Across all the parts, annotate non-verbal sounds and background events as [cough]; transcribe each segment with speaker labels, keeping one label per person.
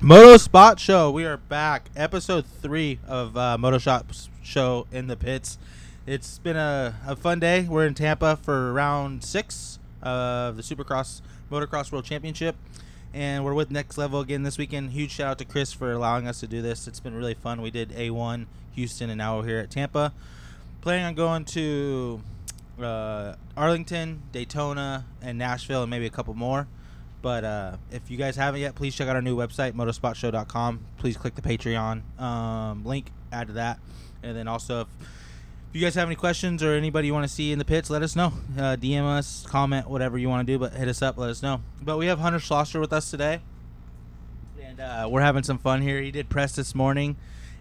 Speaker 1: Moto Spot Show. We are back. Episode three of uh, Moto Shop Show in the pits. It's been a, a fun day. We're in Tampa for round six of the Supercross Motocross World Championship, and we're with Next Level again this weekend. Huge shout out to Chris for allowing us to do this. It's been really fun. We did A1 Houston, and now we're here at Tampa. Planning on going to uh, Arlington, Daytona, and Nashville, and maybe a couple more. But uh, if you guys haven't yet, please check out our new website, motorspotshow.com. Please click the Patreon um, link, add to that. And then also, if, if you guys have any questions or anybody you want to see in the pits, let us know. Uh, DM us, comment, whatever you want to do, but hit us up, let us know. But we have Hunter Schlosser with us today. And uh, we're having some fun here. He did press this morning,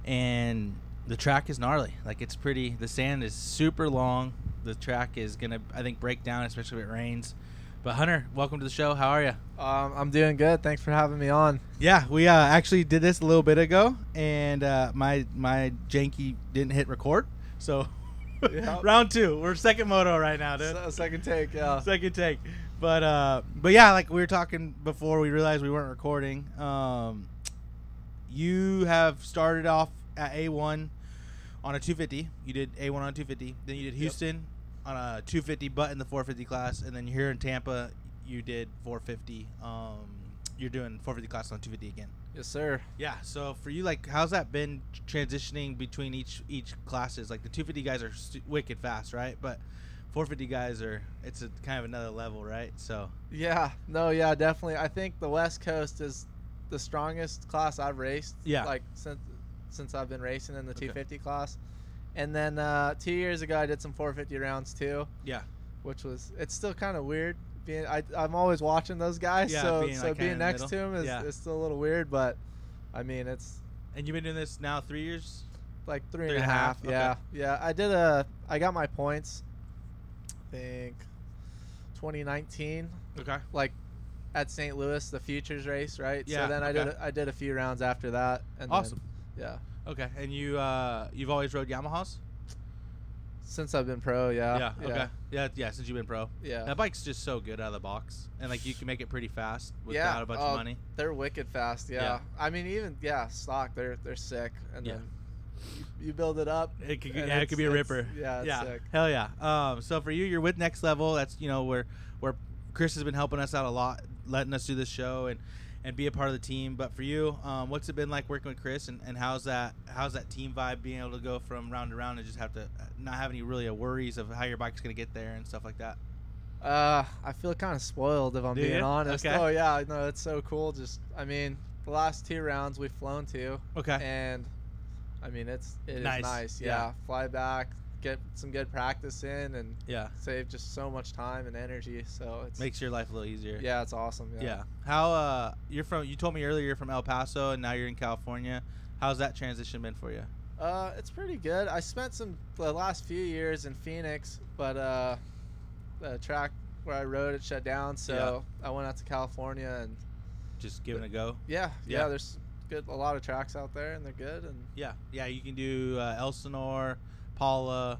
Speaker 1: and the track is gnarly. Like, it's pretty, the sand is super long. The track is going to, I think, break down, especially if it rains. But Hunter, welcome to the show. How are you?
Speaker 2: Um, I'm doing good. Thanks for having me on.
Speaker 1: Yeah, we uh, actually did this a little bit ago, and uh, my my janky didn't hit record. So [laughs]
Speaker 2: Yep.
Speaker 1: round two, we're second moto right now, dude.
Speaker 2: Se- second take. Yeah.
Speaker 1: [laughs] Second take, but uh, but yeah, like we were talking before, we realized we weren't recording. Um, you have started off at A one on a 250. You did A1 on 250. Then you did Houston on a 250, but in the 450 class. And then here in Tampa, you did 450. Um, you're doing 450 class on 250 again.
Speaker 2: Yes, sir.
Speaker 1: Yeah. So for you, like, how's that been transitioning between each each classes? Like the 250 guys are stu- wicked fast, right? But 450 guys are it's a kind of another level, right? So
Speaker 2: Yeah. No. Yeah. Definitely. I think the West Coast is the strongest class I've raced.
Speaker 1: Yeah.
Speaker 2: Like since since I've been racing in the
Speaker 1: Okay.
Speaker 2: 250 class, and then uh, two years ago I did some 450 rounds too,
Speaker 1: yeah,
Speaker 2: which was it's still kind of weird. Being I I'm always watching those guys,
Speaker 1: Yeah,
Speaker 2: so
Speaker 1: being,
Speaker 2: so
Speaker 1: like, kinda
Speaker 2: being
Speaker 1: in the
Speaker 2: next to
Speaker 1: middle.
Speaker 2: him is,
Speaker 1: Yeah.
Speaker 2: is still a little weird, but I mean it's
Speaker 1: and you've been doing this now three years.
Speaker 2: like three
Speaker 1: Three
Speaker 2: and a half.
Speaker 1: okay.
Speaker 2: Yeah, yeah. I did a. I got my points. I think 2019,
Speaker 1: Okay.
Speaker 2: like at St. Louis, the futures race, right?
Speaker 1: Yeah,
Speaker 2: So then I did.
Speaker 1: okay.
Speaker 2: A, I did a few rounds after that. And then-
Speaker 1: Awesome.
Speaker 2: yeah.
Speaker 1: Okay, and you uh you've always rode Yamahas?
Speaker 2: Since I've been pro, yeah.
Speaker 1: yeah. Okay. Yeah. Yeah. Since you've been pro,
Speaker 2: Yeah.
Speaker 1: that bike's just so good out of the box, and like you can make it pretty fast
Speaker 2: Yeah,
Speaker 1: without a bunch of
Speaker 2: oh,
Speaker 1: money.
Speaker 2: They're wicked fast. Yeah.
Speaker 1: Yeah.
Speaker 2: I mean, even yeah, stock. They're they're sick. And
Speaker 1: Yeah.
Speaker 2: then you, you build it up.
Speaker 1: It could,
Speaker 2: and
Speaker 1: yeah, it could
Speaker 2: it's-
Speaker 1: be a
Speaker 2: it's-
Speaker 1: ripper.
Speaker 2: Yeah. It's
Speaker 1: yeah.
Speaker 2: Sick.
Speaker 1: Hell yeah. Um. So for you, you're with Next Level. That's you know where where Chris has been helping us out a lot, letting us do this show and and be a part of the team. But for you, um, what's it been like working with Chris, and, and how's that how's that team vibe being able to go from round to round and just have to uh, not have any really worries of how your bike's gonna get there and stuff like that.
Speaker 2: Uh, I feel kind of spoiled if I'm
Speaker 1: Do
Speaker 2: being
Speaker 1: you?
Speaker 2: honest.
Speaker 1: Okay.
Speaker 2: Oh yeah, no, it's so cool. Just, I mean, the last two rounds we've flown to,
Speaker 1: Okay.
Speaker 2: and I mean, it's it is
Speaker 1: Nice,
Speaker 2: nice.
Speaker 1: yeah.
Speaker 2: Yeah. fly back, get some good practice in, and
Speaker 1: Yeah.
Speaker 2: save just so much time and energy. So it's
Speaker 1: Makes your life a little easier.
Speaker 2: yeah, it's awesome.
Speaker 1: Yeah.
Speaker 2: Yeah.
Speaker 1: How uh you're from you told me earlier you're from El Paso and now you're in California. How's that transition been for you?
Speaker 2: Uh, it's pretty good. I spent some the last few years in Phoenix, but uh, the track where I rode it shut down, so I went out to California and
Speaker 1: Just giving it a go.
Speaker 2: Yeah,
Speaker 1: Yeah.
Speaker 2: yeah. There's good a lot of tracks out there, and they're good. And
Speaker 1: Yeah. Yeah, you can do uh, Elsinore, Paula,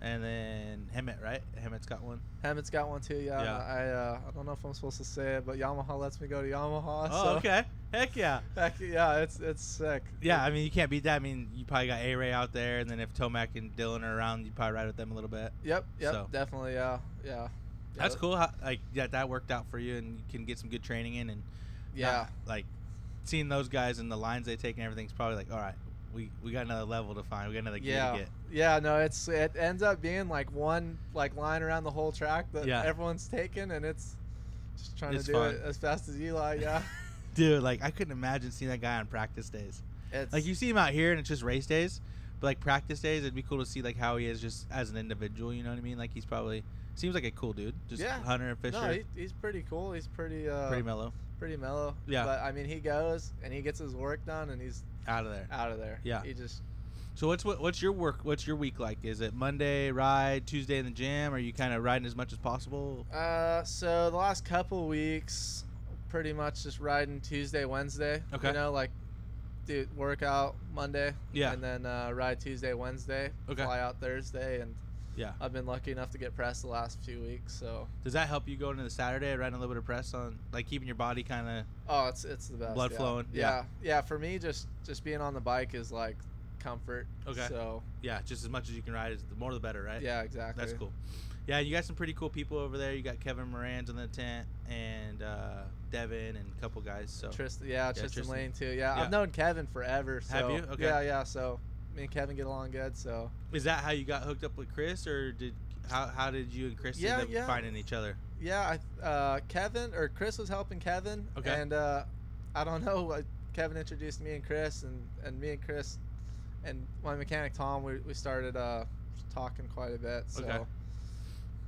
Speaker 1: and then Hemet, right? Hemet's got one.
Speaker 2: Hemet's got one too. Yeah,
Speaker 1: Yeah.
Speaker 2: I uh, I don't know if I'm supposed to say it, but Yamaha lets me go to Yamaha.
Speaker 1: oh,
Speaker 2: so [laughs]
Speaker 1: okay. Heck yeah.
Speaker 2: Heck, yeah, it's it's sick.
Speaker 1: Yeah, I mean you can't beat that. I mean you probably got A Ray out there and then if Tomac and Dylan are around you probably ride with them a little bit.
Speaker 2: Yep. Yep.
Speaker 1: So.
Speaker 2: Definitely. Yeah. Yeah. Yeah,
Speaker 1: That's cool how like yeah, that worked out for you and you can get some good training in and
Speaker 2: Yeah.
Speaker 1: not, like seeing those guys and the lines they take and everything's probably like, all right, we, we got another level to find. We got another gear
Speaker 2: yeah.
Speaker 1: to get.
Speaker 2: Yeah. No, it's it ends up being like one like line around the whole track that
Speaker 1: Yeah.
Speaker 2: everyone's taking, and it's just trying
Speaker 1: It's
Speaker 2: to do
Speaker 1: fun.
Speaker 2: it as fast as Eli.
Speaker 1: [laughs]
Speaker 2: Yeah.
Speaker 1: Dude, like I couldn't imagine seeing that guy on practice days.
Speaker 2: It's
Speaker 1: Like you see him out here and it's just race days, but like practice days, it'd be cool to see like how he is just as an individual. You know what I mean? Like he's probably seems like a cool dude. Just
Speaker 2: Yeah.
Speaker 1: Hunter and Fisher,
Speaker 2: no, he, he's pretty cool. He's pretty uh
Speaker 1: pretty mellow,
Speaker 2: pretty mellow.
Speaker 1: Yeah.
Speaker 2: But I mean, he goes and he gets his work done, and he's
Speaker 1: out of there.
Speaker 2: out of there.
Speaker 1: Yeah.
Speaker 2: He just
Speaker 1: So what's what, what's your work? What's your week like? Is it Monday ride, Tuesday in the gym? Are you kind of riding as much as possible?
Speaker 2: uh so the last couple weeks pretty much just riding Tuesday, Wednesday.
Speaker 1: Okay.
Speaker 2: You know, like dude, workout Monday.
Speaker 1: Yeah.
Speaker 2: And then uh ride Tuesday, Wednesday,
Speaker 1: Okay.
Speaker 2: fly out Thursday and
Speaker 1: Yeah.
Speaker 2: I've been lucky enough to get press the last few weeks, so
Speaker 1: Does that help you go into the Saturday riding a little bit of press on like keeping your body kind of
Speaker 2: oh, it's it's the best.
Speaker 1: Blood
Speaker 2: yeah.
Speaker 1: flowing,
Speaker 2: Yeah.
Speaker 1: yeah.
Speaker 2: yeah, For me, just just being on the bike is like comfort.
Speaker 1: Okay.
Speaker 2: So
Speaker 1: yeah just as much as you can ride is the more the better right
Speaker 2: yeah, exactly.
Speaker 1: that's cool yeah you got some pretty cool people over there you got Kevin Moran's in the tent and uh, Devin and a couple guys so
Speaker 2: Trist- yeah, Tristan
Speaker 1: Tristan.
Speaker 2: Lane too. Yeah,
Speaker 1: Yeah.
Speaker 2: I've known Kevin forever. So,
Speaker 1: Have you? Okay.
Speaker 2: Yeah, yeah. So me and Kevin get along good. So
Speaker 1: is that how you got hooked up with Chris or did how, how did you and Chris
Speaker 2: Yeah,
Speaker 1: end up
Speaker 2: yeah.
Speaker 1: finding each other
Speaker 2: yeah, I, uh, Kevin or Chris was helping Kevin.
Speaker 1: Okay.
Speaker 2: And uh, I don't know. uh, Kevin introduced me and Chris, and and me and Chris, and my mechanic Tom. We, we started uh, talking quite a bit. So.
Speaker 1: Okay.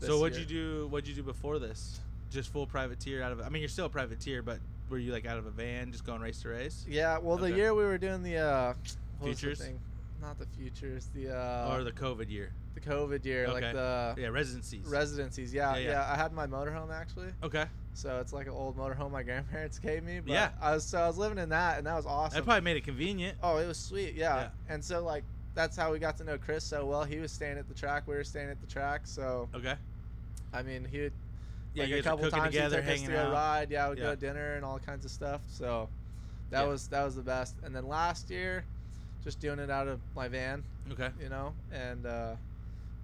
Speaker 1: so
Speaker 2: this
Speaker 1: what'd
Speaker 2: year-
Speaker 1: you do what'd you do before this just full privateer out of I mean you're still a privateer but were you like out of a van just going race to race
Speaker 2: Yeah. Well, the
Speaker 1: Okay.
Speaker 2: year we were doing the uh, what was the
Speaker 1: Futures?
Speaker 2: thing? not the futures, the uh,
Speaker 1: or the COVID year
Speaker 2: the COVID year,
Speaker 1: Okay.
Speaker 2: like the
Speaker 1: yeah residencies
Speaker 2: residencies.
Speaker 1: Yeah,
Speaker 2: yeah,
Speaker 1: yeah.
Speaker 2: yeah. I had my motorhome actually.
Speaker 1: okay
Speaker 2: So it's like an old motorhome my [laughs] grandparents gave me. But
Speaker 1: Yeah.
Speaker 2: I was so I was living in that, and that was awesome.
Speaker 1: that probably made it convenient
Speaker 2: oh, it was sweet. Yeah.
Speaker 1: Yeah.
Speaker 2: And so like that's how we got to know Chris so well. He was staying at the track. We were staying at the track. So
Speaker 1: okay
Speaker 2: I mean, he would
Speaker 1: yeah
Speaker 2: like
Speaker 1: you
Speaker 2: a
Speaker 1: guys were
Speaker 2: couple
Speaker 1: cooking
Speaker 2: times
Speaker 1: together
Speaker 2: he took us
Speaker 1: hanging
Speaker 2: to a
Speaker 1: out
Speaker 2: ride. Yeah, we'd
Speaker 1: Yeah.
Speaker 2: go to dinner and all kinds of stuff. So that
Speaker 1: Yeah.
Speaker 2: was that was the best. And then last year, just doing it out of my van,
Speaker 1: okay
Speaker 2: you know, and. uh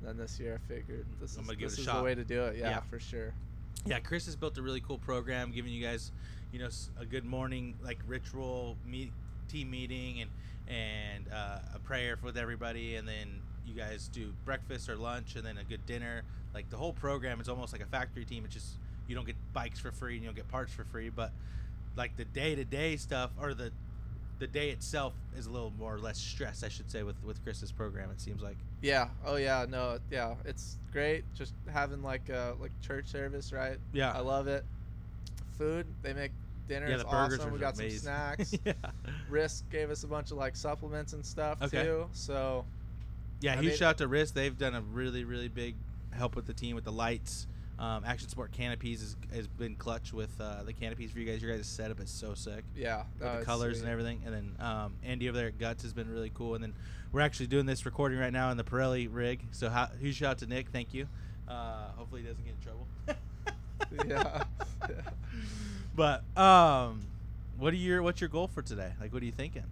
Speaker 2: then this year I figured this is,
Speaker 1: Mm-hmm. I'm gonna give it
Speaker 2: this
Speaker 1: a
Speaker 2: is
Speaker 1: shot.
Speaker 2: the way to do it. Yeah,
Speaker 1: Yeah.
Speaker 2: for sure.
Speaker 1: Yeah, Chris has built a really cool program, giving you guys, you know, s- a good morning like ritual meet, team meeting and and uh, a prayer with everybody, and then you guys do breakfast or lunch, and then a good dinner. Like the whole program is almost like a factory team. It's just you don't get bikes for free and you don't get parts for free, but like the day to day stuff or the the day itself is a little more or less stress, I should say, with with Chris's program. It seems like
Speaker 2: Yeah. Oh yeah. No. Yeah. It's great. Just having like uh like church service, right? I
Speaker 1: yeah,
Speaker 2: love it. Food. They make Oh, dinner.
Speaker 1: yeah.
Speaker 2: is
Speaker 1: The burgers
Speaker 2: awesome.
Speaker 1: are
Speaker 2: We got
Speaker 1: amazing.
Speaker 2: some snacks.
Speaker 1: [laughs] yeah,
Speaker 2: Risk gave us a bunch of like supplements and stuff
Speaker 1: Okay.
Speaker 2: too. So
Speaker 1: Yeah,
Speaker 2: I
Speaker 1: huge
Speaker 2: mean-
Speaker 1: shout out to Risk. They've done a really, really big help with the team with the lights. Um, Action Sport Canopies is, has been clutch with uh, the canopies for you guys. Your guys' setup is so sick
Speaker 2: yeah.
Speaker 1: with the colors and everything. And then um, Andy over there at Guts has been really cool. And then we're actually doing this recording right now in the Pirelli rig. So how, huge shout out to Nick. Thank you. Uh, hopefully he doesn't get in trouble.
Speaker 2: [laughs] Yeah.
Speaker 1: [laughs] But um, what are your what's your goal for today? Like, what are you thinking?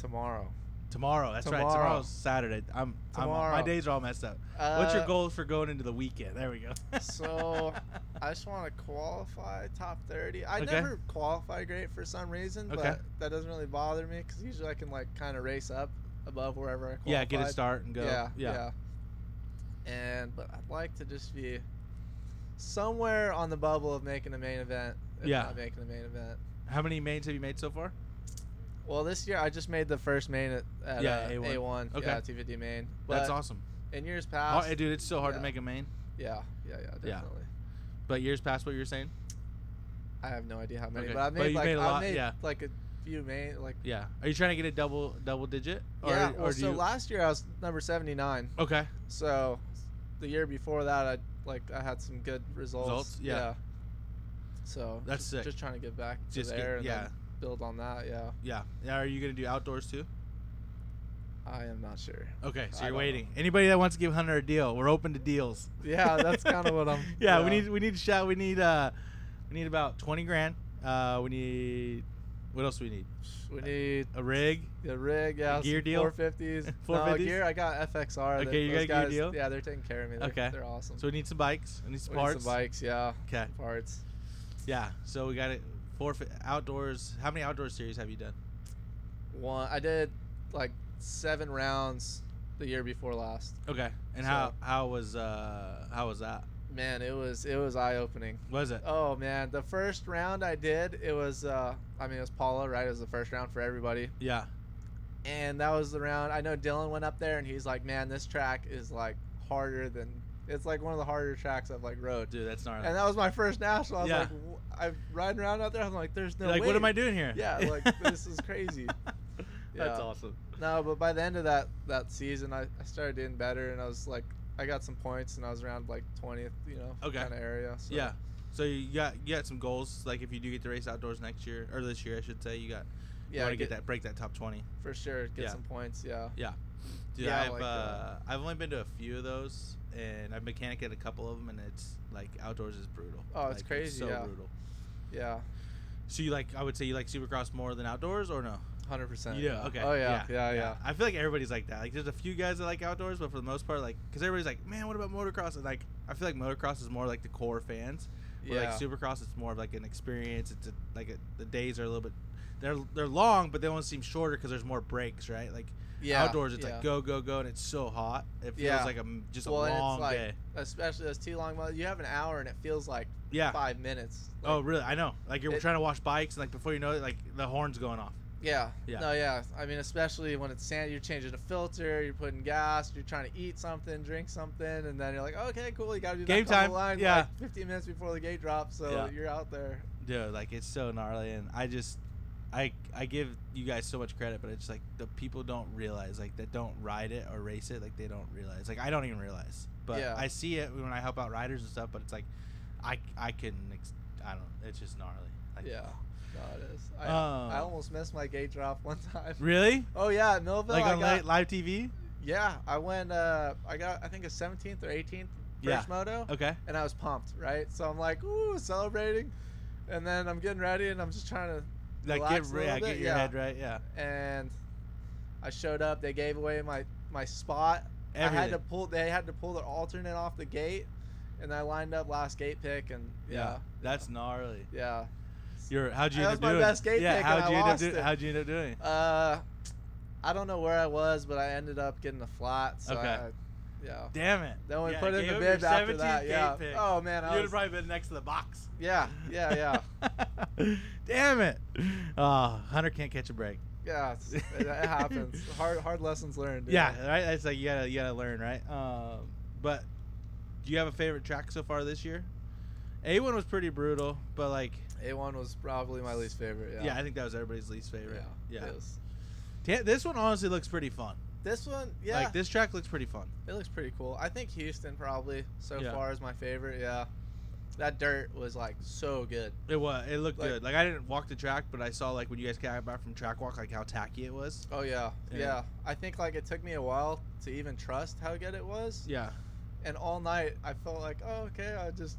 Speaker 2: Tomorrow.
Speaker 1: Tomorrow. That's right.
Speaker 2: Tomorrow.
Speaker 1: Tomorrow's Saturday. I'm, I'm my
Speaker 2: Tomorrow. Uh,
Speaker 1: days are all messed up. What's your goal for going into the weekend? There we go.
Speaker 2: [laughs]
Speaker 1: [laughs]
Speaker 2: so, I just want to qualify top 30. I
Speaker 1: Okay.
Speaker 2: never qualify great for some reason,
Speaker 1: Okay.
Speaker 2: but that doesn't really bother me because usually I can like kind of race up above wherever I qualify.
Speaker 1: yeah, get a start and go.
Speaker 2: Yeah, yeah, And but I'd like to just be somewhere on the bubble of making a main event. If
Speaker 1: Yeah.
Speaker 2: not making a main event.
Speaker 1: How many mains have you made so far?
Speaker 2: Well, this year I just made the first main at, at
Speaker 1: Yeah,
Speaker 2: uh,
Speaker 1: A1.
Speaker 2: A1.
Speaker 1: Okay.
Speaker 2: Yeah, 250 main. But
Speaker 1: That's awesome.
Speaker 2: In years
Speaker 1: Oh,
Speaker 2: past,
Speaker 1: hey, dude, it's so hard to
Speaker 2: yeah.
Speaker 1: make a main.
Speaker 2: yeah, yeah, yeah, definitely.
Speaker 1: Yeah. But years past what you were saying?
Speaker 2: I have no idea how many,
Speaker 1: Okay.
Speaker 2: but I
Speaker 1: But
Speaker 2: made
Speaker 1: you
Speaker 2: like
Speaker 1: made a
Speaker 2: I
Speaker 1: lot,
Speaker 2: made
Speaker 1: yeah.
Speaker 2: like a few main like.
Speaker 1: Yeah. Are you trying to get a double double digit?
Speaker 2: yeah, well,
Speaker 1: do
Speaker 2: so
Speaker 1: you-
Speaker 2: last year I was number 79.
Speaker 1: Okay.
Speaker 2: So the year before that, I like I had some good results.
Speaker 1: Results? Yeah.
Speaker 2: So
Speaker 1: That's
Speaker 2: just,
Speaker 1: sick.
Speaker 2: Just trying to get back to
Speaker 1: Just get-
Speaker 2: there and
Speaker 1: yeah.
Speaker 2: then build on that. Yeah,
Speaker 1: Yeah. Now, Are you gonna do outdoors too?
Speaker 2: I am not sure.
Speaker 1: Okay, so
Speaker 2: I
Speaker 1: you're
Speaker 2: don't
Speaker 1: waiting. Anybody that wants to give Hunter a deal, we're open to deals.
Speaker 2: Yeah, that's kind of what I'm.
Speaker 1: [laughs] yeah, we need we need shot we need uh we need about twenty grand. Uh we need what else do we need?
Speaker 2: we need
Speaker 1: A rig?
Speaker 2: the rig. Yeah,
Speaker 1: A gear deal?
Speaker 2: Four fifties.
Speaker 1: [laughs]
Speaker 2: No,
Speaker 1: 450s?
Speaker 2: gear. I got FXR.
Speaker 1: Okay, you
Speaker 2: those
Speaker 1: got a
Speaker 2: guys,
Speaker 1: gear deal?
Speaker 2: Yeah, they're taking care of me. They're,
Speaker 1: Okay.
Speaker 2: they're awesome.
Speaker 1: So we need some bikes. We need some
Speaker 2: We need
Speaker 1: parts.
Speaker 2: some bikes. Yeah,
Speaker 1: Okay.
Speaker 2: parts.
Speaker 1: Yeah. So we got it. Four fi- outdoors. How many outdoor series have you done?
Speaker 2: One. I did like seven rounds the year before last.
Speaker 1: Okay. And how how was uh how was that?
Speaker 2: Man, it was it was eye opening.
Speaker 1: Was it?
Speaker 2: Oh man, the first round I did, it was uh I mean it was Paula, right? It was the first round for everybody.
Speaker 1: Yeah.
Speaker 2: And that was the round I know Dylan went up there and he's like, Man, this track is like harder than it's like one of the harder tracks I've like rode.
Speaker 1: Dude, that's gnarly.
Speaker 2: And that was my first national. I was
Speaker 1: Yeah.
Speaker 2: like w- I'm riding around out there, I'm like, There's no
Speaker 1: You're like, what am
Speaker 2: way."
Speaker 1: I doing here? [laughs]
Speaker 2: Yeah, like this is crazy.
Speaker 1: That's
Speaker 2: Yeah.
Speaker 1: awesome.
Speaker 2: No, but by the end of that that season I, I started doing better and I was like I got some points and I was around like twentieth, you know,
Speaker 1: Okay.
Speaker 2: kind of area.
Speaker 1: [laughs]
Speaker 2: So
Speaker 1: Yeah. So you got you got some goals. Like if you do get to race outdoors next year or this year, I should say, you got you
Speaker 2: yeah,
Speaker 1: want to get,
Speaker 2: get-
Speaker 1: that break that top twenty.
Speaker 2: for sure, get
Speaker 1: Yeah.
Speaker 2: some points, yeah.
Speaker 1: Dude,
Speaker 2: Yeah, I
Speaker 1: I've
Speaker 2: like
Speaker 1: uh,
Speaker 2: that.
Speaker 1: I've only been to a few of those, and I've mechanic at a couple of them, and it's like outdoors is brutal.
Speaker 2: Oh, it's
Speaker 1: Like,
Speaker 2: crazy,
Speaker 1: so
Speaker 2: yeah.
Speaker 1: brutal.
Speaker 2: Yeah,
Speaker 1: So you like? I would say you like Supercross more than outdoors, or no?
Speaker 2: hundred percent.
Speaker 1: You do, Okay.
Speaker 2: Oh yeah, yeah, yeah.
Speaker 1: I feel like everybody's like that. Like, there's a few guys that like outdoors, but for the most part, like, because everybody's like, man, what about motocross? And like, I feel like motocross is more like the core fans. Where,
Speaker 2: Yeah.
Speaker 1: Like supercross, it's more of like an experience. It's a, like a, the days are a little bit, they're they're long, but they almost seem shorter because there's more breaks, right? Like
Speaker 2: yeah.
Speaker 1: outdoors, it's
Speaker 2: yeah.
Speaker 1: like go go go, and it's so hot. It feels
Speaker 2: Yeah.
Speaker 1: like a m- just
Speaker 2: Well,
Speaker 1: a
Speaker 2: and it's
Speaker 1: long
Speaker 2: like-
Speaker 1: day.
Speaker 2: especially those too long. ones. You have an hour and it feels like
Speaker 1: Yeah.
Speaker 2: five minutes. Like,
Speaker 1: oh really? I know. Like you're
Speaker 2: it-
Speaker 1: trying to wash bikes, and like before you know it, like the horn's going off.
Speaker 2: Yeah.
Speaker 1: Yeah.
Speaker 2: No, yeah. I mean, especially when it's sand, you're changing a filter, you're putting gas, you're trying to eat something, drink something, and then you're like, okay, cool, you got to do
Speaker 1: Game
Speaker 2: that double
Speaker 1: time.
Speaker 2: line
Speaker 1: Yeah.
Speaker 2: like 15 minutes before the gate drops, so
Speaker 1: Yeah.
Speaker 2: you're out there.
Speaker 1: dude like it's so gnarly and i just i i give you guys so much credit but it's like the people don't realize like that don't ride it or race it like they don't realize like i don't even realize but
Speaker 2: Yeah.
Speaker 1: i see it when i help out riders and stuff but it's like i i can ex- i don't it's just gnarly like,
Speaker 2: Yeah. No, it is. I,
Speaker 1: Um,
Speaker 2: I almost missed my gate drop one [laughs] time.
Speaker 1: really
Speaker 2: Oh yeah, at Millville.
Speaker 1: like
Speaker 2: I
Speaker 1: on
Speaker 2: got,
Speaker 1: li- live tv
Speaker 2: Yeah, I went. Uh, I got I think a 17th or 18th first
Speaker 1: Yeah.
Speaker 2: moto,
Speaker 1: okay
Speaker 2: and I was pumped, right? So I'm like, ooh, celebrating, and then I'm getting ready, and I'm just trying to
Speaker 1: like get,
Speaker 2: Relax a
Speaker 1: re-
Speaker 2: little
Speaker 1: yeah, get
Speaker 2: bit,
Speaker 1: your
Speaker 2: yeah.
Speaker 1: head right yeah
Speaker 2: and I showed up. They gave away my my spot. I had to
Speaker 1: Everything.
Speaker 2: pull. They had to pull their alternate off the gate, and I lined up last gate pick. And yeah,
Speaker 1: that's gnarly
Speaker 2: yeah.
Speaker 1: you're how'd you end
Speaker 2: That
Speaker 1: up
Speaker 2: was my
Speaker 1: doing
Speaker 2: best gate
Speaker 1: yeah
Speaker 2: pick and
Speaker 1: how'd
Speaker 2: I
Speaker 1: you end up
Speaker 2: lost
Speaker 1: do-
Speaker 2: it.
Speaker 1: how'd you end up doing
Speaker 2: Uh, I don't know where I was, but I ended up getting a flat. So
Speaker 1: Okay.
Speaker 2: I, yeah.
Speaker 1: damn it
Speaker 2: Then we
Speaker 1: Yeah,
Speaker 2: put in
Speaker 1: gave
Speaker 2: the
Speaker 1: up your
Speaker 2: bid after
Speaker 1: 17th
Speaker 2: that.
Speaker 1: gate
Speaker 2: Yeah.
Speaker 1: pick.
Speaker 2: Oh man, I
Speaker 1: You'd
Speaker 2: was.
Speaker 1: have probably been next to the box.
Speaker 2: Yeah, yeah, [laughs] yeah, [laughs]
Speaker 1: yeah. [laughs] Damn it. Oh, Hunter can't catch a break.
Speaker 2: yeah. it's- It, it happens. Hard, hard lessons
Speaker 1: [laughs]
Speaker 2: learned. dude.
Speaker 1: Yeah, right. That's like you gotta you gotta learn, right? Um, but do you have a favorite track so far this year? A one was pretty brutal, but like,
Speaker 2: A1 was probably my least favorite.
Speaker 1: yeah.
Speaker 2: Yeah.
Speaker 1: I think that was everybody's least favorite. Yeah.
Speaker 2: it was-
Speaker 1: Ta- this one honestly looks pretty fun.
Speaker 2: This one, yeah.
Speaker 1: Like this track looks pretty fun.
Speaker 2: It looks pretty cool. I think Houston probably so
Speaker 1: Yeah.
Speaker 2: far is my favorite. Yeah, that dirt was like so good.
Speaker 1: It was. It looked
Speaker 2: Like-
Speaker 1: good. Like I didn't walk the track, but I saw like when you guys came back from track walk, like how tacky it was.
Speaker 2: Oh yeah,
Speaker 1: Yeah.
Speaker 2: yeah. I think like it took me a while to even trust how good it was,
Speaker 1: Yeah.
Speaker 2: and all night I felt like, oh okay, I just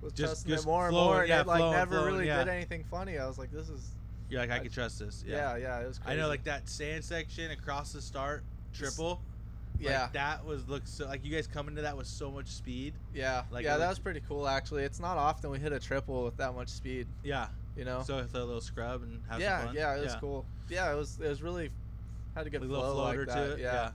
Speaker 2: was
Speaker 1: Just-
Speaker 2: trusting
Speaker 1: just
Speaker 2: it more and
Speaker 1: flowing,
Speaker 2: more, and
Speaker 1: yeah,
Speaker 2: it like
Speaker 1: flowing,
Speaker 2: never
Speaker 1: flowing,
Speaker 2: really
Speaker 1: yeah.
Speaker 2: did anything funny. I was like, this is
Speaker 1: You're like I,
Speaker 2: I-
Speaker 1: could trust this.
Speaker 2: yeah, yeah, it was.
Speaker 1: I
Speaker 2: Crazy.
Speaker 1: know, like that sand section across the start triple.
Speaker 2: yeah,
Speaker 1: like, that was looks so like you guys coming to that with so much speed.
Speaker 2: yeah,
Speaker 1: like, it
Speaker 2: yeah. That
Speaker 1: was-
Speaker 2: was pretty cool actually. It's not often we hit a triple with that much speed,
Speaker 1: Yeah,
Speaker 2: you know.
Speaker 1: so throw a little scrub and have
Speaker 2: yeah,
Speaker 1: some fun.
Speaker 2: yeah, it was cool. Yeah, it was. It was really had a good
Speaker 1: Like,
Speaker 2: flow like that. yeah.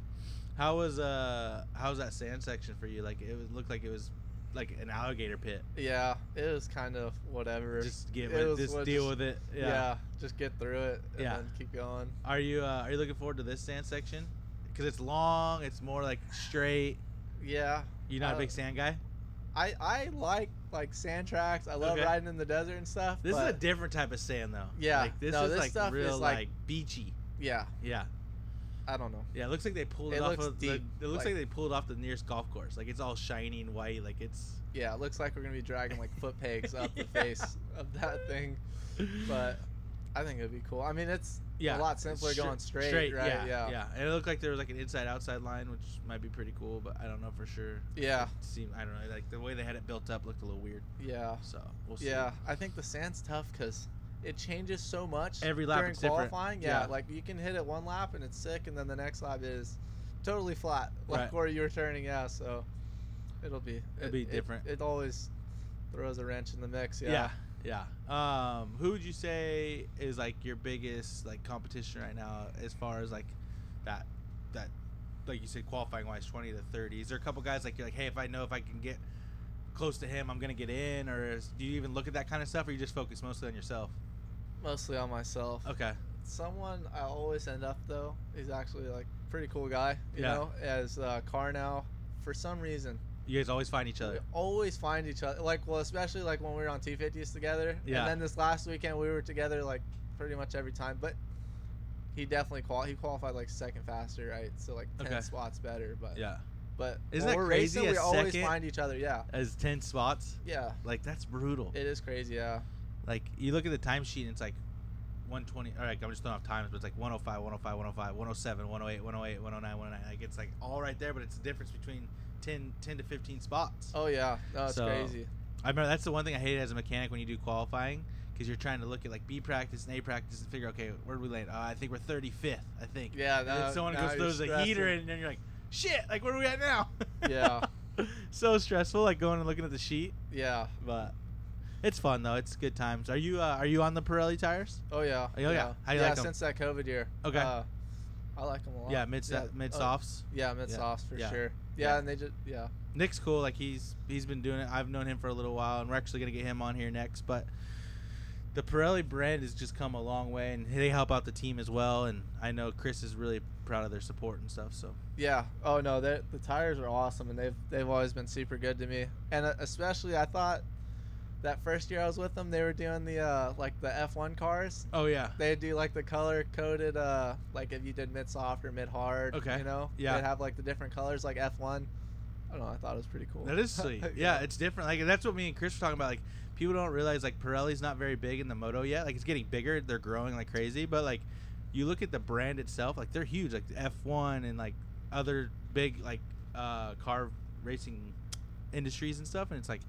Speaker 1: How was uh how was that sand section for you? Like it was, looked like it was like an alligator pit.
Speaker 2: Yeah, it was kind of whatever.
Speaker 1: Just get
Speaker 2: it
Speaker 1: with,
Speaker 2: was
Speaker 1: just
Speaker 2: what-
Speaker 1: deal
Speaker 2: just-
Speaker 1: with it.
Speaker 2: yeah.
Speaker 1: Yeah.
Speaker 2: just get through it and
Speaker 1: Yeah.
Speaker 2: then keep going.
Speaker 1: Are you uh, are you looking forward to this sand section? Because it's long, it's more like straight.
Speaker 2: Yeah,
Speaker 1: You're not a
Speaker 2: Uh,
Speaker 1: big sand guy.
Speaker 2: I I like like sand tracks. I love
Speaker 1: Okay.
Speaker 2: riding in the desert and stuff.
Speaker 1: This is a
Speaker 2: but
Speaker 1: different type of sand though.
Speaker 2: Yeah,
Speaker 1: like, this
Speaker 2: no,
Speaker 1: is
Speaker 2: this
Speaker 1: like
Speaker 2: stuff is,
Speaker 1: real
Speaker 2: like-
Speaker 1: like beachy.
Speaker 2: yeah.
Speaker 1: Yeah.
Speaker 2: I don't know.
Speaker 1: Yeah, it looks like they pulled it,
Speaker 2: It
Speaker 1: off.
Speaker 2: looks
Speaker 1: Of the,
Speaker 2: deep,
Speaker 1: it looks like,
Speaker 2: like-
Speaker 1: they pulled off the nearest golf course. Like it's all shiny and white. Like it's.
Speaker 2: Yeah, it looks like we're gonna be dragging like foot pegs up the
Speaker 1: [laughs] Yeah.
Speaker 2: face of that thing, [laughs] but I think it'd be cool. I mean, it's
Speaker 1: yeah,
Speaker 2: a lot simpler
Speaker 1: stra-
Speaker 2: going straight, right?
Speaker 1: Yeah,
Speaker 2: Yeah.
Speaker 1: And it looked like there was like an inside outside line, which might be pretty cool, but I don't know for sure.
Speaker 2: yeah,
Speaker 1: It seemed I don't know. Like the way they had it built up looked a little weird.
Speaker 2: yeah,
Speaker 1: So we'll see.
Speaker 2: yeah. I think the sand's tough because it changes so much
Speaker 1: Every lap
Speaker 2: during
Speaker 1: it's different.
Speaker 2: qualifying. Yeah,
Speaker 1: Yeah.
Speaker 2: like you can hit it one lap and it's sick, and then the next lap is totally flat, [laughs] like
Speaker 1: Right.
Speaker 2: where you were turning. Yeah, so it'll be
Speaker 1: It'll be different.
Speaker 2: It, always throws a wrench in the mix. Yeah.
Speaker 1: Yeah. Yeah. Um, who would you say is like your biggest like competition right now as far as like that that like you said qualifying wise twenty to thirty? Is there a couple guys like you're like, hey, if I know if I can get close to him, I'm gonna get in, or is, do you even look at that kind of stuff, or you just focus mostly on yourself?
Speaker 2: mostly on myself.
Speaker 1: Okay.
Speaker 2: Someone I always end up though is actually like pretty cool guy. You
Speaker 1: Yeah.
Speaker 2: know, as uh, Carnow. For some reason,
Speaker 1: You guys always find each other.
Speaker 2: We always find each other. Like, well, especially like when we were on T50s together.
Speaker 1: Yeah.
Speaker 2: And then this last weekend we were together like pretty much every time. But he definitely quali- he qualified like second faster, right? So like ten
Speaker 1: Okay.
Speaker 2: spots better. But
Speaker 1: Yeah.
Speaker 2: But
Speaker 1: Isn't
Speaker 2: when
Speaker 1: that
Speaker 2: we're
Speaker 1: crazy?
Speaker 2: Racing,
Speaker 1: A
Speaker 2: we always
Speaker 1: second-
Speaker 2: find each other. Yeah.
Speaker 1: As ten spots,
Speaker 2: Yeah.
Speaker 1: like that's brutal.
Speaker 2: It is crazy. Yeah.
Speaker 1: Like you look at the timesheet and it's like, 120. All right, I'm just throwing off times, but it's like 105, 105, 105, 107, 108, 108, 109, 109. Like it's like all right there, but it's the difference between 10, 10 to 15 spots.
Speaker 2: Oh yeah, no, it's
Speaker 1: So-
Speaker 2: crazy.
Speaker 1: I remember that's the one thing I hated as a mechanic when you do qualifying because you're trying to look at like B practice and A practice and figure okay where do we land? Uh, I think we're 35th. I think.
Speaker 2: Yeah,
Speaker 1: And then
Speaker 2: now-
Speaker 1: someone
Speaker 2: now
Speaker 1: goes
Speaker 2: you're
Speaker 1: throws a heater
Speaker 2: stressing.
Speaker 1: in, and then you're like, shit, like where are we at now?
Speaker 2: Yeah.
Speaker 1: [laughs] so stressful, like going and looking at the sheet,
Speaker 2: Yeah.
Speaker 1: but it's fun though. It's good times. Are you uh, are you on the Pirelli tires?
Speaker 2: Oh yeah.
Speaker 1: Oh, yeah. How you
Speaker 2: yeah.
Speaker 1: like 'em?
Speaker 2: since that COVID year.
Speaker 1: Okay.
Speaker 2: Uh, I like them a lot.
Speaker 1: yeah, Uh, mid mid
Speaker 2: oh,
Speaker 1: softs.
Speaker 2: Yeah, mid softs for
Speaker 1: Yeah.
Speaker 2: sure. Yeah,
Speaker 1: Yeah.
Speaker 2: and they just yeah.
Speaker 1: Nick's cool. Like he's he's been doing it. I've known him for a little while, and we're actually gonna get him on here next. But the Pirelli brand has just come a long way, and they help out the team as well. And I know Chris is really proud of their support and stuff. So
Speaker 2: Yeah. Oh no, they're- the tires are awesome, and they've they've always been super good to me. And uh, especially, I thought that first year I was with them, they were doing the uh, like the F1 cars.
Speaker 1: oh yeah,
Speaker 2: They do like the color coded, uh, like if you did mid soft or mid hard.
Speaker 1: Okay.
Speaker 2: You know.
Speaker 1: Yeah.
Speaker 2: They'd have like the different colors, like F1. I don't know. I thought it was pretty cool. [laughs]
Speaker 1: that is sweet. Yeah, it's different. Like that's what me and Chris were talking about. Like people don't realize like Pirelli's not very big in the moto yet. Like it's getting bigger. They're growing like crazy. But like you look at the brand itself, like they're huge. Like F one and like other big like uh, car racing industries and stuff. And it's like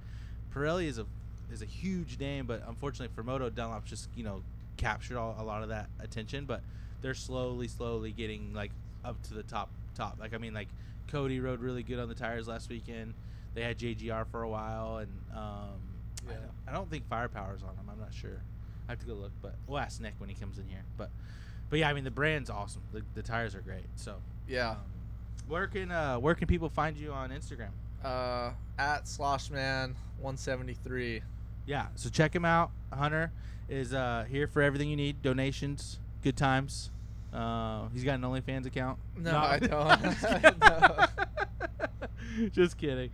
Speaker 1: Pirelli is a is a huge name, but unfortunately for moto, Dunlop's just you know captured all, a lot of that attention. But they're slowly, slowly getting like up to the top top. Like I mean, like Cody rode really good on the tires last weekend. They had JGR for a while, and um, I,
Speaker 2: Yeah.
Speaker 1: don't, I don't think Firepower's on them. I'm not sure. I have to go look, but we'll ask Nick when he comes in here. But but yeah, I mean the brand's awesome. The, the tires are great. So
Speaker 2: Yeah.
Speaker 1: um, where can uh, where can people find you on Instagram?
Speaker 2: Uh, at Sloshman173.
Speaker 1: Yeah, so check him out. Hunter is uh, here for everything you need: donations, good times. Uh, he's got an OnlyFans account.
Speaker 2: No,
Speaker 1: Not- [laughs]
Speaker 2: I don't.
Speaker 1: I'm
Speaker 2: [laughs]
Speaker 1: just kidding. Just kidding.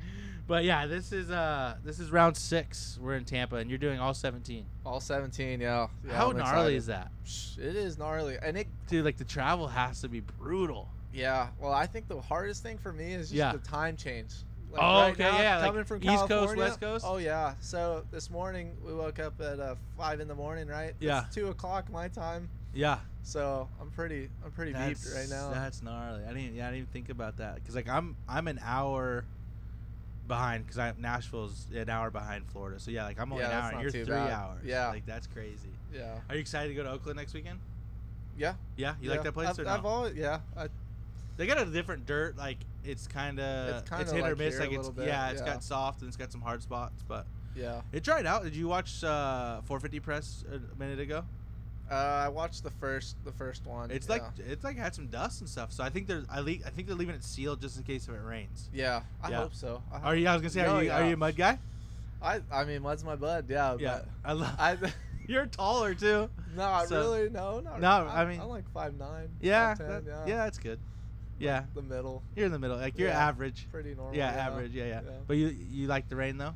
Speaker 1: But yeah, this is uh, this is round six. We're in Tampa, and you're doing all 17.
Speaker 2: All 17, yeah. yeah
Speaker 1: How
Speaker 2: I'm
Speaker 1: gnarly
Speaker 2: excited.
Speaker 1: is that,
Speaker 2: Psh, It is gnarly, and it
Speaker 1: dude? Like the travel has to be brutal.
Speaker 2: yeah. Well, I think the hardest thing for me is just
Speaker 1: Yeah.
Speaker 2: the time change. Like
Speaker 1: Oh, okay, yeah, like
Speaker 2: Coming from
Speaker 1: East Coast,
Speaker 2: California-
Speaker 1: West Coast?
Speaker 2: Oh yeah. So this morning we woke up at uh, five in the morning, right?
Speaker 1: Yeah.
Speaker 2: It's two o'clock my time,
Speaker 1: Yeah,
Speaker 2: so I'm pretty I'm pretty beeped right now.
Speaker 1: That's gnarly. I didn't. Yeah, I didn't even think about that because like I'm I'm an hour behind because I Nashville's an hour behind Florida. So yeah, like I'm only
Speaker 2: Yeah,
Speaker 1: an
Speaker 2: that's
Speaker 1: hour. And
Speaker 2: not
Speaker 1: you're
Speaker 2: too
Speaker 1: three
Speaker 2: bad.
Speaker 1: hours.
Speaker 2: Yeah.
Speaker 1: like that's crazy.
Speaker 2: yeah.
Speaker 1: Are you excited to go to Oakland next weekend?
Speaker 2: Yeah.
Speaker 1: Yeah, you
Speaker 2: yeah.
Speaker 1: like that place
Speaker 2: I've,
Speaker 1: or no?
Speaker 2: I've always yeah. I,
Speaker 1: they got a different dirt. Like it's kind of
Speaker 2: It's
Speaker 1: it's,
Speaker 2: kinda
Speaker 1: hit or
Speaker 2: like
Speaker 1: miss.
Speaker 2: here
Speaker 1: Like
Speaker 2: a
Speaker 1: it's
Speaker 2: little bit,
Speaker 1: yeah, it's
Speaker 2: yeah.
Speaker 1: got soft and it's got some hard spots, but
Speaker 2: yeah.
Speaker 1: it tried out. Did you watch uh, 450 Press a minute ago?
Speaker 2: Uh, I watched the first the first one.
Speaker 1: It's
Speaker 2: yeah.
Speaker 1: like it's like had some dust and stuff. So I think there's I, le- I think they're leaving it sealed just in case if it rains.
Speaker 2: yeah. I
Speaker 1: Yeah.
Speaker 2: hope so. I,
Speaker 1: Are you? I was gonna say,
Speaker 2: No,
Speaker 1: are you? Are
Speaker 2: yeah.
Speaker 1: you a mud guy?
Speaker 2: I I mean, what's my bud? Yeah.
Speaker 1: Yeah,
Speaker 2: but
Speaker 1: I love. [laughs]
Speaker 2: I. [laughs]
Speaker 1: you're taller too.
Speaker 2: No, I
Speaker 1: So-
Speaker 2: really no, not
Speaker 1: No,
Speaker 2: I'm-
Speaker 1: I mean-
Speaker 2: I'm like five nine.
Speaker 1: Yeah, that-
Speaker 2: yeah,
Speaker 1: yeah, that's good. Yeah,
Speaker 2: the middle,
Speaker 1: you're in the middle. Like you're
Speaker 2: Yeah.
Speaker 1: average.
Speaker 2: pretty normal.
Speaker 1: Yeah, average. Yeah, yeah,
Speaker 2: Yeah.
Speaker 1: But you you like the rain though.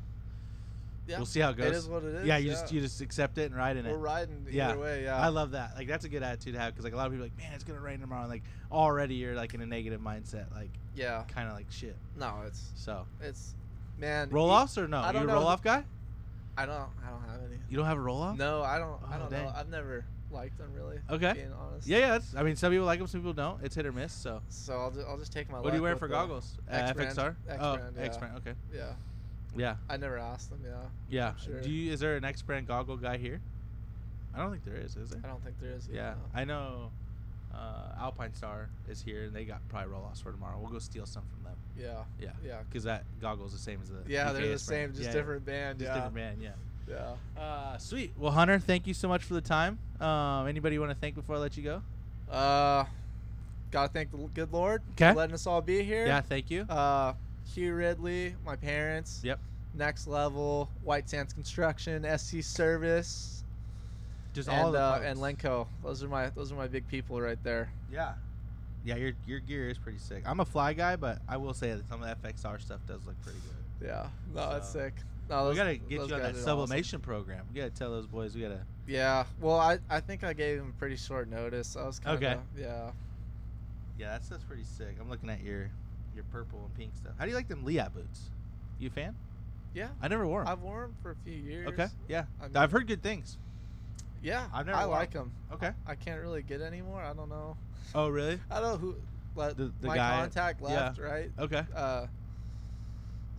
Speaker 2: Yeah.
Speaker 1: We'll see how it goes.
Speaker 2: It is what it is.
Speaker 1: yeah, you just you just accept it and ride in
Speaker 2: we're
Speaker 1: it.
Speaker 2: riding either
Speaker 1: Yeah.
Speaker 2: way. Yeah,
Speaker 1: I love that. Like that's a good attitude to have because like a lot of people are like, man, it's gonna rain tomorrow. And, like already you're like in a negative mindset, like
Speaker 2: yeah.
Speaker 1: kind of like shit.
Speaker 2: No, it's
Speaker 1: So
Speaker 2: it's man.
Speaker 1: roll
Speaker 2: you-
Speaker 1: offs or no?
Speaker 2: I
Speaker 1: You
Speaker 2: don't
Speaker 1: a
Speaker 2: know
Speaker 1: roll
Speaker 2: who-
Speaker 1: off guy?
Speaker 2: I don't. I don't have any.
Speaker 1: You don't have a roll off?
Speaker 2: No, I don't. I
Speaker 1: Oh,
Speaker 2: don't know.
Speaker 1: dang.
Speaker 2: I've never liked them really.
Speaker 1: Okay.
Speaker 2: Being honest.
Speaker 1: Yeah, yeah. That's, I mean, some people like them, some people don't. It's hit or miss. So
Speaker 2: So I'll just, I'll just take my.
Speaker 1: what do you
Speaker 2: luck
Speaker 1: wear
Speaker 2: with
Speaker 1: for
Speaker 2: the-
Speaker 1: goggles? Uh,
Speaker 2: X-Brand.
Speaker 1: FXR.
Speaker 2: X-Brand,
Speaker 1: oh,
Speaker 2: yeah.
Speaker 1: X brand. Okay.
Speaker 2: Yeah.
Speaker 1: Yeah.
Speaker 2: I never asked them. Yeah.
Speaker 1: Yeah.
Speaker 2: Sure.
Speaker 1: Do you? Is there an X brand goggle guy here? I don't think there is. Is there?
Speaker 2: I don't think there is.
Speaker 1: Yeah.
Speaker 2: no.
Speaker 1: I know. Uh, Alpine Star is here, and they got probably roll offs for tomorrow. We'll go steal some from them
Speaker 2: Yeah.
Speaker 1: Yeah.
Speaker 2: Yeah.
Speaker 1: because that goggle's the same as the.
Speaker 2: Yeah, they're the
Speaker 1: EKS brand.
Speaker 2: same, just
Speaker 1: Yeah, yeah.
Speaker 2: different band.
Speaker 1: Just
Speaker 2: yeah.
Speaker 1: different brand. Yeah.
Speaker 2: Yeah.
Speaker 1: Uh, sweet. Well, Hunter, thank you so much for the time. Um, anybody you want to thank before I let you go?
Speaker 2: Uh, gotta thank the l- good Lord
Speaker 1: Okay.
Speaker 2: for letting us all be here.
Speaker 1: Yeah, thank you.
Speaker 2: Uh, Hugh Ridley, my parents.
Speaker 1: Yep.
Speaker 2: Next level, White Sands Construction, SC Service,
Speaker 1: Just
Speaker 2: and
Speaker 1: all the
Speaker 2: uh,
Speaker 1: folks.
Speaker 2: and Lenko. Those are my those are my big people right there.
Speaker 1: Yeah. Yeah, your your gear is pretty sick. I'm a fly guy, but I will say that some of the FXR stuff does look pretty good.
Speaker 2: Yeah. No, that's
Speaker 1: So,
Speaker 2: sick. No, those,
Speaker 1: we gotta get
Speaker 2: those
Speaker 1: you on
Speaker 2: guys
Speaker 1: that
Speaker 2: are awesome.
Speaker 1: sublimation program. We gotta tell those boys we gotta.
Speaker 2: Yeah. Well, I I think I gave him pretty short notice. I was kind of
Speaker 1: Okay.
Speaker 2: yeah.
Speaker 1: Yeah, that stuff's pretty sick. I'm looking at your your purple and pink stuff. How do you like them Leah boots? You a fan?
Speaker 2: Yeah.
Speaker 1: I never wore them.
Speaker 2: I've worn 'em for a few years.
Speaker 1: okay. Yeah,
Speaker 2: I mean,
Speaker 1: I've heard good things.
Speaker 2: Yeah,
Speaker 1: I've never
Speaker 2: I
Speaker 1: wa-
Speaker 2: like them.
Speaker 1: Okay.
Speaker 2: I can't really get any more. I don't know.
Speaker 1: Oh, really?
Speaker 2: I don't know who. Like,
Speaker 1: The- the
Speaker 2: my
Speaker 1: guy-
Speaker 2: contact left, right?
Speaker 1: Okay.
Speaker 2: Uh,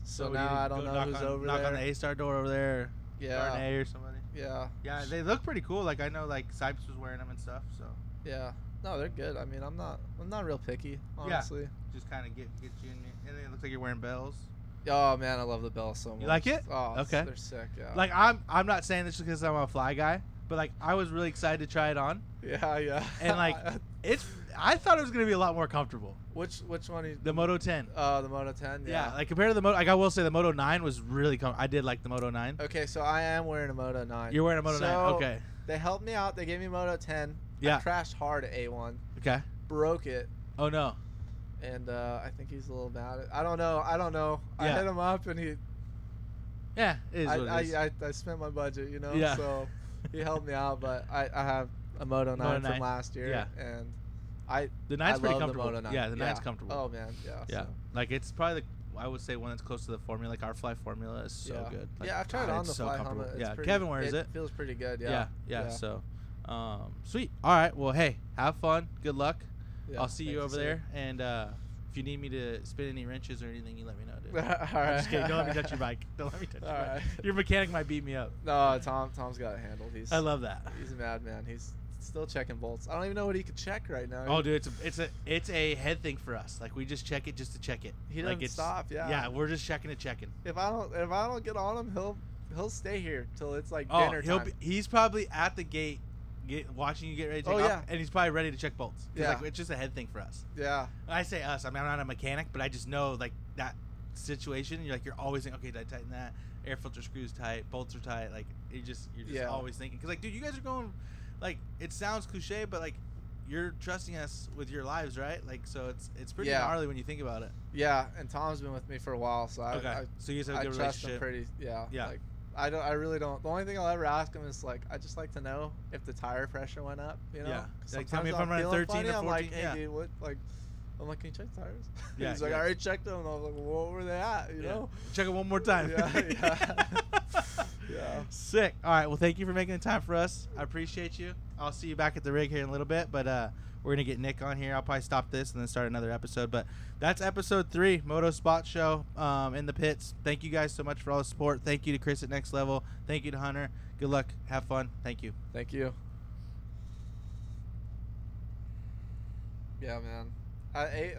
Speaker 2: so,
Speaker 1: we need to
Speaker 2: now I
Speaker 1: go
Speaker 2: don't know
Speaker 1: knock
Speaker 2: who's
Speaker 1: on,
Speaker 2: over
Speaker 1: knock
Speaker 2: there.
Speaker 1: on the A Star door over there.
Speaker 2: yeah,
Speaker 1: Darnay or somebody.
Speaker 2: yeah,
Speaker 1: Yeah, they look pretty cool. Like I know, like Cypress was wearing them and stuff. So
Speaker 2: yeah. No, they're good. I mean, I'm not. I'm not real picky, honestly.
Speaker 1: just kind of get get you in. there. And then it looks like you're wearing bells.
Speaker 2: Oh man, I love the bell so much.
Speaker 1: You like it?
Speaker 2: Oh, it's-
Speaker 1: Okay.
Speaker 2: They're sick. Yeah.
Speaker 1: Like I'm I'm not saying this because I'm a fly guy, but like I was really excited to try it on.
Speaker 2: [laughs] yeah, yeah.
Speaker 1: And, like, It's I thought it was gonna be a lot more comfortable.
Speaker 2: [laughs] which which one? You,
Speaker 1: The Moto 10.
Speaker 2: uh, the Moto 10.
Speaker 1: Yeah, like compared to the Moto, like I will say the Moto 9 was really. Com- I did like the Moto 9.
Speaker 2: Okay, so I am wearing a Moto 9.
Speaker 1: You're wearing a Moto 9.
Speaker 2: So-
Speaker 1: Okay.
Speaker 2: They helped me out. They gave me Moto 10.
Speaker 1: Yeah.
Speaker 2: I crashed hard at A1,
Speaker 1: Okay.
Speaker 2: broke it,
Speaker 1: Oh no.
Speaker 2: and uh, I think he's a little mad. At, I don't know. I don't know. I
Speaker 1: Yeah.
Speaker 2: hit him up, and he.
Speaker 1: Yeah, it is
Speaker 2: I,
Speaker 1: what it is.
Speaker 2: I, I, I spent my budget, you know.
Speaker 1: Yeah.
Speaker 2: So he helped me out, but I, I have a Moto 9
Speaker 1: Moto
Speaker 2: from
Speaker 1: 9.
Speaker 2: last year,
Speaker 1: Yeah.
Speaker 2: and I.
Speaker 1: [laughs] the nine's
Speaker 2: I
Speaker 1: pretty
Speaker 2: love
Speaker 1: comfortable.
Speaker 2: The Moto 9.
Speaker 1: Yeah, the nine's comfortable.
Speaker 2: Oh man, yeah.
Speaker 1: Yeah.
Speaker 2: so-
Speaker 1: Like it's probably the, I would say one that's close to the formula. Like our fly formula is so
Speaker 2: yeah.
Speaker 1: good. Like,
Speaker 2: yeah, I've tried
Speaker 1: God,
Speaker 2: on
Speaker 1: it's
Speaker 2: the
Speaker 1: so
Speaker 2: fly
Speaker 1: comfortable.
Speaker 2: helmet. It's
Speaker 1: yeah,
Speaker 2: pretty,
Speaker 1: Kevin wears it.
Speaker 2: Feels pretty good.
Speaker 1: yeah, yeah,
Speaker 2: yeah.
Speaker 1: So, um, sweet. All right. Well, hey, have fun. Good luck.
Speaker 2: yeah,
Speaker 1: I'll see you
Speaker 2: thanks,
Speaker 1: over
Speaker 2: sir.
Speaker 1: there. And uh, if you need me to spin any wrenches or anything, you let me know, dude.
Speaker 2: [laughs] All
Speaker 1: I'm
Speaker 2: right.
Speaker 1: just kidding. Don't let me touch your
Speaker 2: [laughs]
Speaker 1: bike. Don't let me touch
Speaker 2: All
Speaker 1: your bike.
Speaker 2: right.
Speaker 1: Your mechanic might beat me up.
Speaker 2: No, Tom. Tom's got it handled. He's
Speaker 1: I love that.
Speaker 2: he's a madman. He's still checking bolts. I don't even know what he could check right now.
Speaker 1: Oh, dude, it's a, it's a it's a head thing for us. Like we just check it just to check it.
Speaker 2: he
Speaker 1: like
Speaker 2: doesn't
Speaker 1: it's-
Speaker 2: stop. Yeah.
Speaker 1: Yeah, we're just checking to checking.
Speaker 2: If I don't if I don't get on him, he'll he'll stay here till it's like
Speaker 1: Oh,
Speaker 2: dinner
Speaker 1: he'll
Speaker 2: time.
Speaker 1: be, he's probably at the gate, get, watching you get ready to take
Speaker 2: Oh,
Speaker 1: off,
Speaker 2: yeah.
Speaker 1: and he's probably ready to check bolts. 'Cause,
Speaker 2: Yeah.
Speaker 1: like, it's just a head thing for us.
Speaker 2: yeah.
Speaker 1: When I say us. I mean, I'm not a mechanic, but I just know like that situation. You're like you're always thinking, okay, did I tighten that? Air filter screws tight, bolts are tight. Like you just you're just
Speaker 2: Yeah.
Speaker 1: always thinking because like dude, you guys are going like it sounds cliche, but like you're trusting us with your lives, right? Like so it's it's pretty
Speaker 2: Yeah.
Speaker 1: gnarly when you think about it.
Speaker 2: Yeah. And Tom's been with me for a while, so I
Speaker 1: okay,
Speaker 2: I,
Speaker 1: so you guys have
Speaker 2: I
Speaker 1: a good
Speaker 2: trust
Speaker 1: relationship.
Speaker 2: him pretty. Yeah.
Speaker 1: Yeah.
Speaker 2: Like I don't. I really don't. The only thing I'll ever ask him is like I just like to know if the tire pressure went up. You know.
Speaker 1: Yeah.
Speaker 2: 'Cause
Speaker 1: Like, tell me
Speaker 2: sometimes
Speaker 1: if I'm running
Speaker 2: feeling
Speaker 1: 13 or
Speaker 2: funny, I'm like,
Speaker 1: 14,
Speaker 2: hey,
Speaker 1: yeah.
Speaker 2: dude, what like. I'm like, can you check the tires? [laughs]
Speaker 1: Yeah,
Speaker 2: He's like,
Speaker 1: yeah.
Speaker 2: I already checked them. And I was like, well, where were they at? You
Speaker 1: Yeah.
Speaker 2: know?
Speaker 1: Check it one more time. [laughs]
Speaker 2: Yeah, yeah. Yeah.
Speaker 1: Sick. All right. Well, thank you for making the time for us. I appreciate you. I'll see you back at the rig here in a little bit, but uh, we're gonna get Nick on here. I'll probably stop this and then start another episode. But that's episode three, Moto Spot Show um, in the pits. Thank you guys so much for all the support. Thank you to Chris at Next Level. Thank you to Hunter. Good luck. Have fun. Thank you.
Speaker 2: Thank you. Yeah, man. I ate.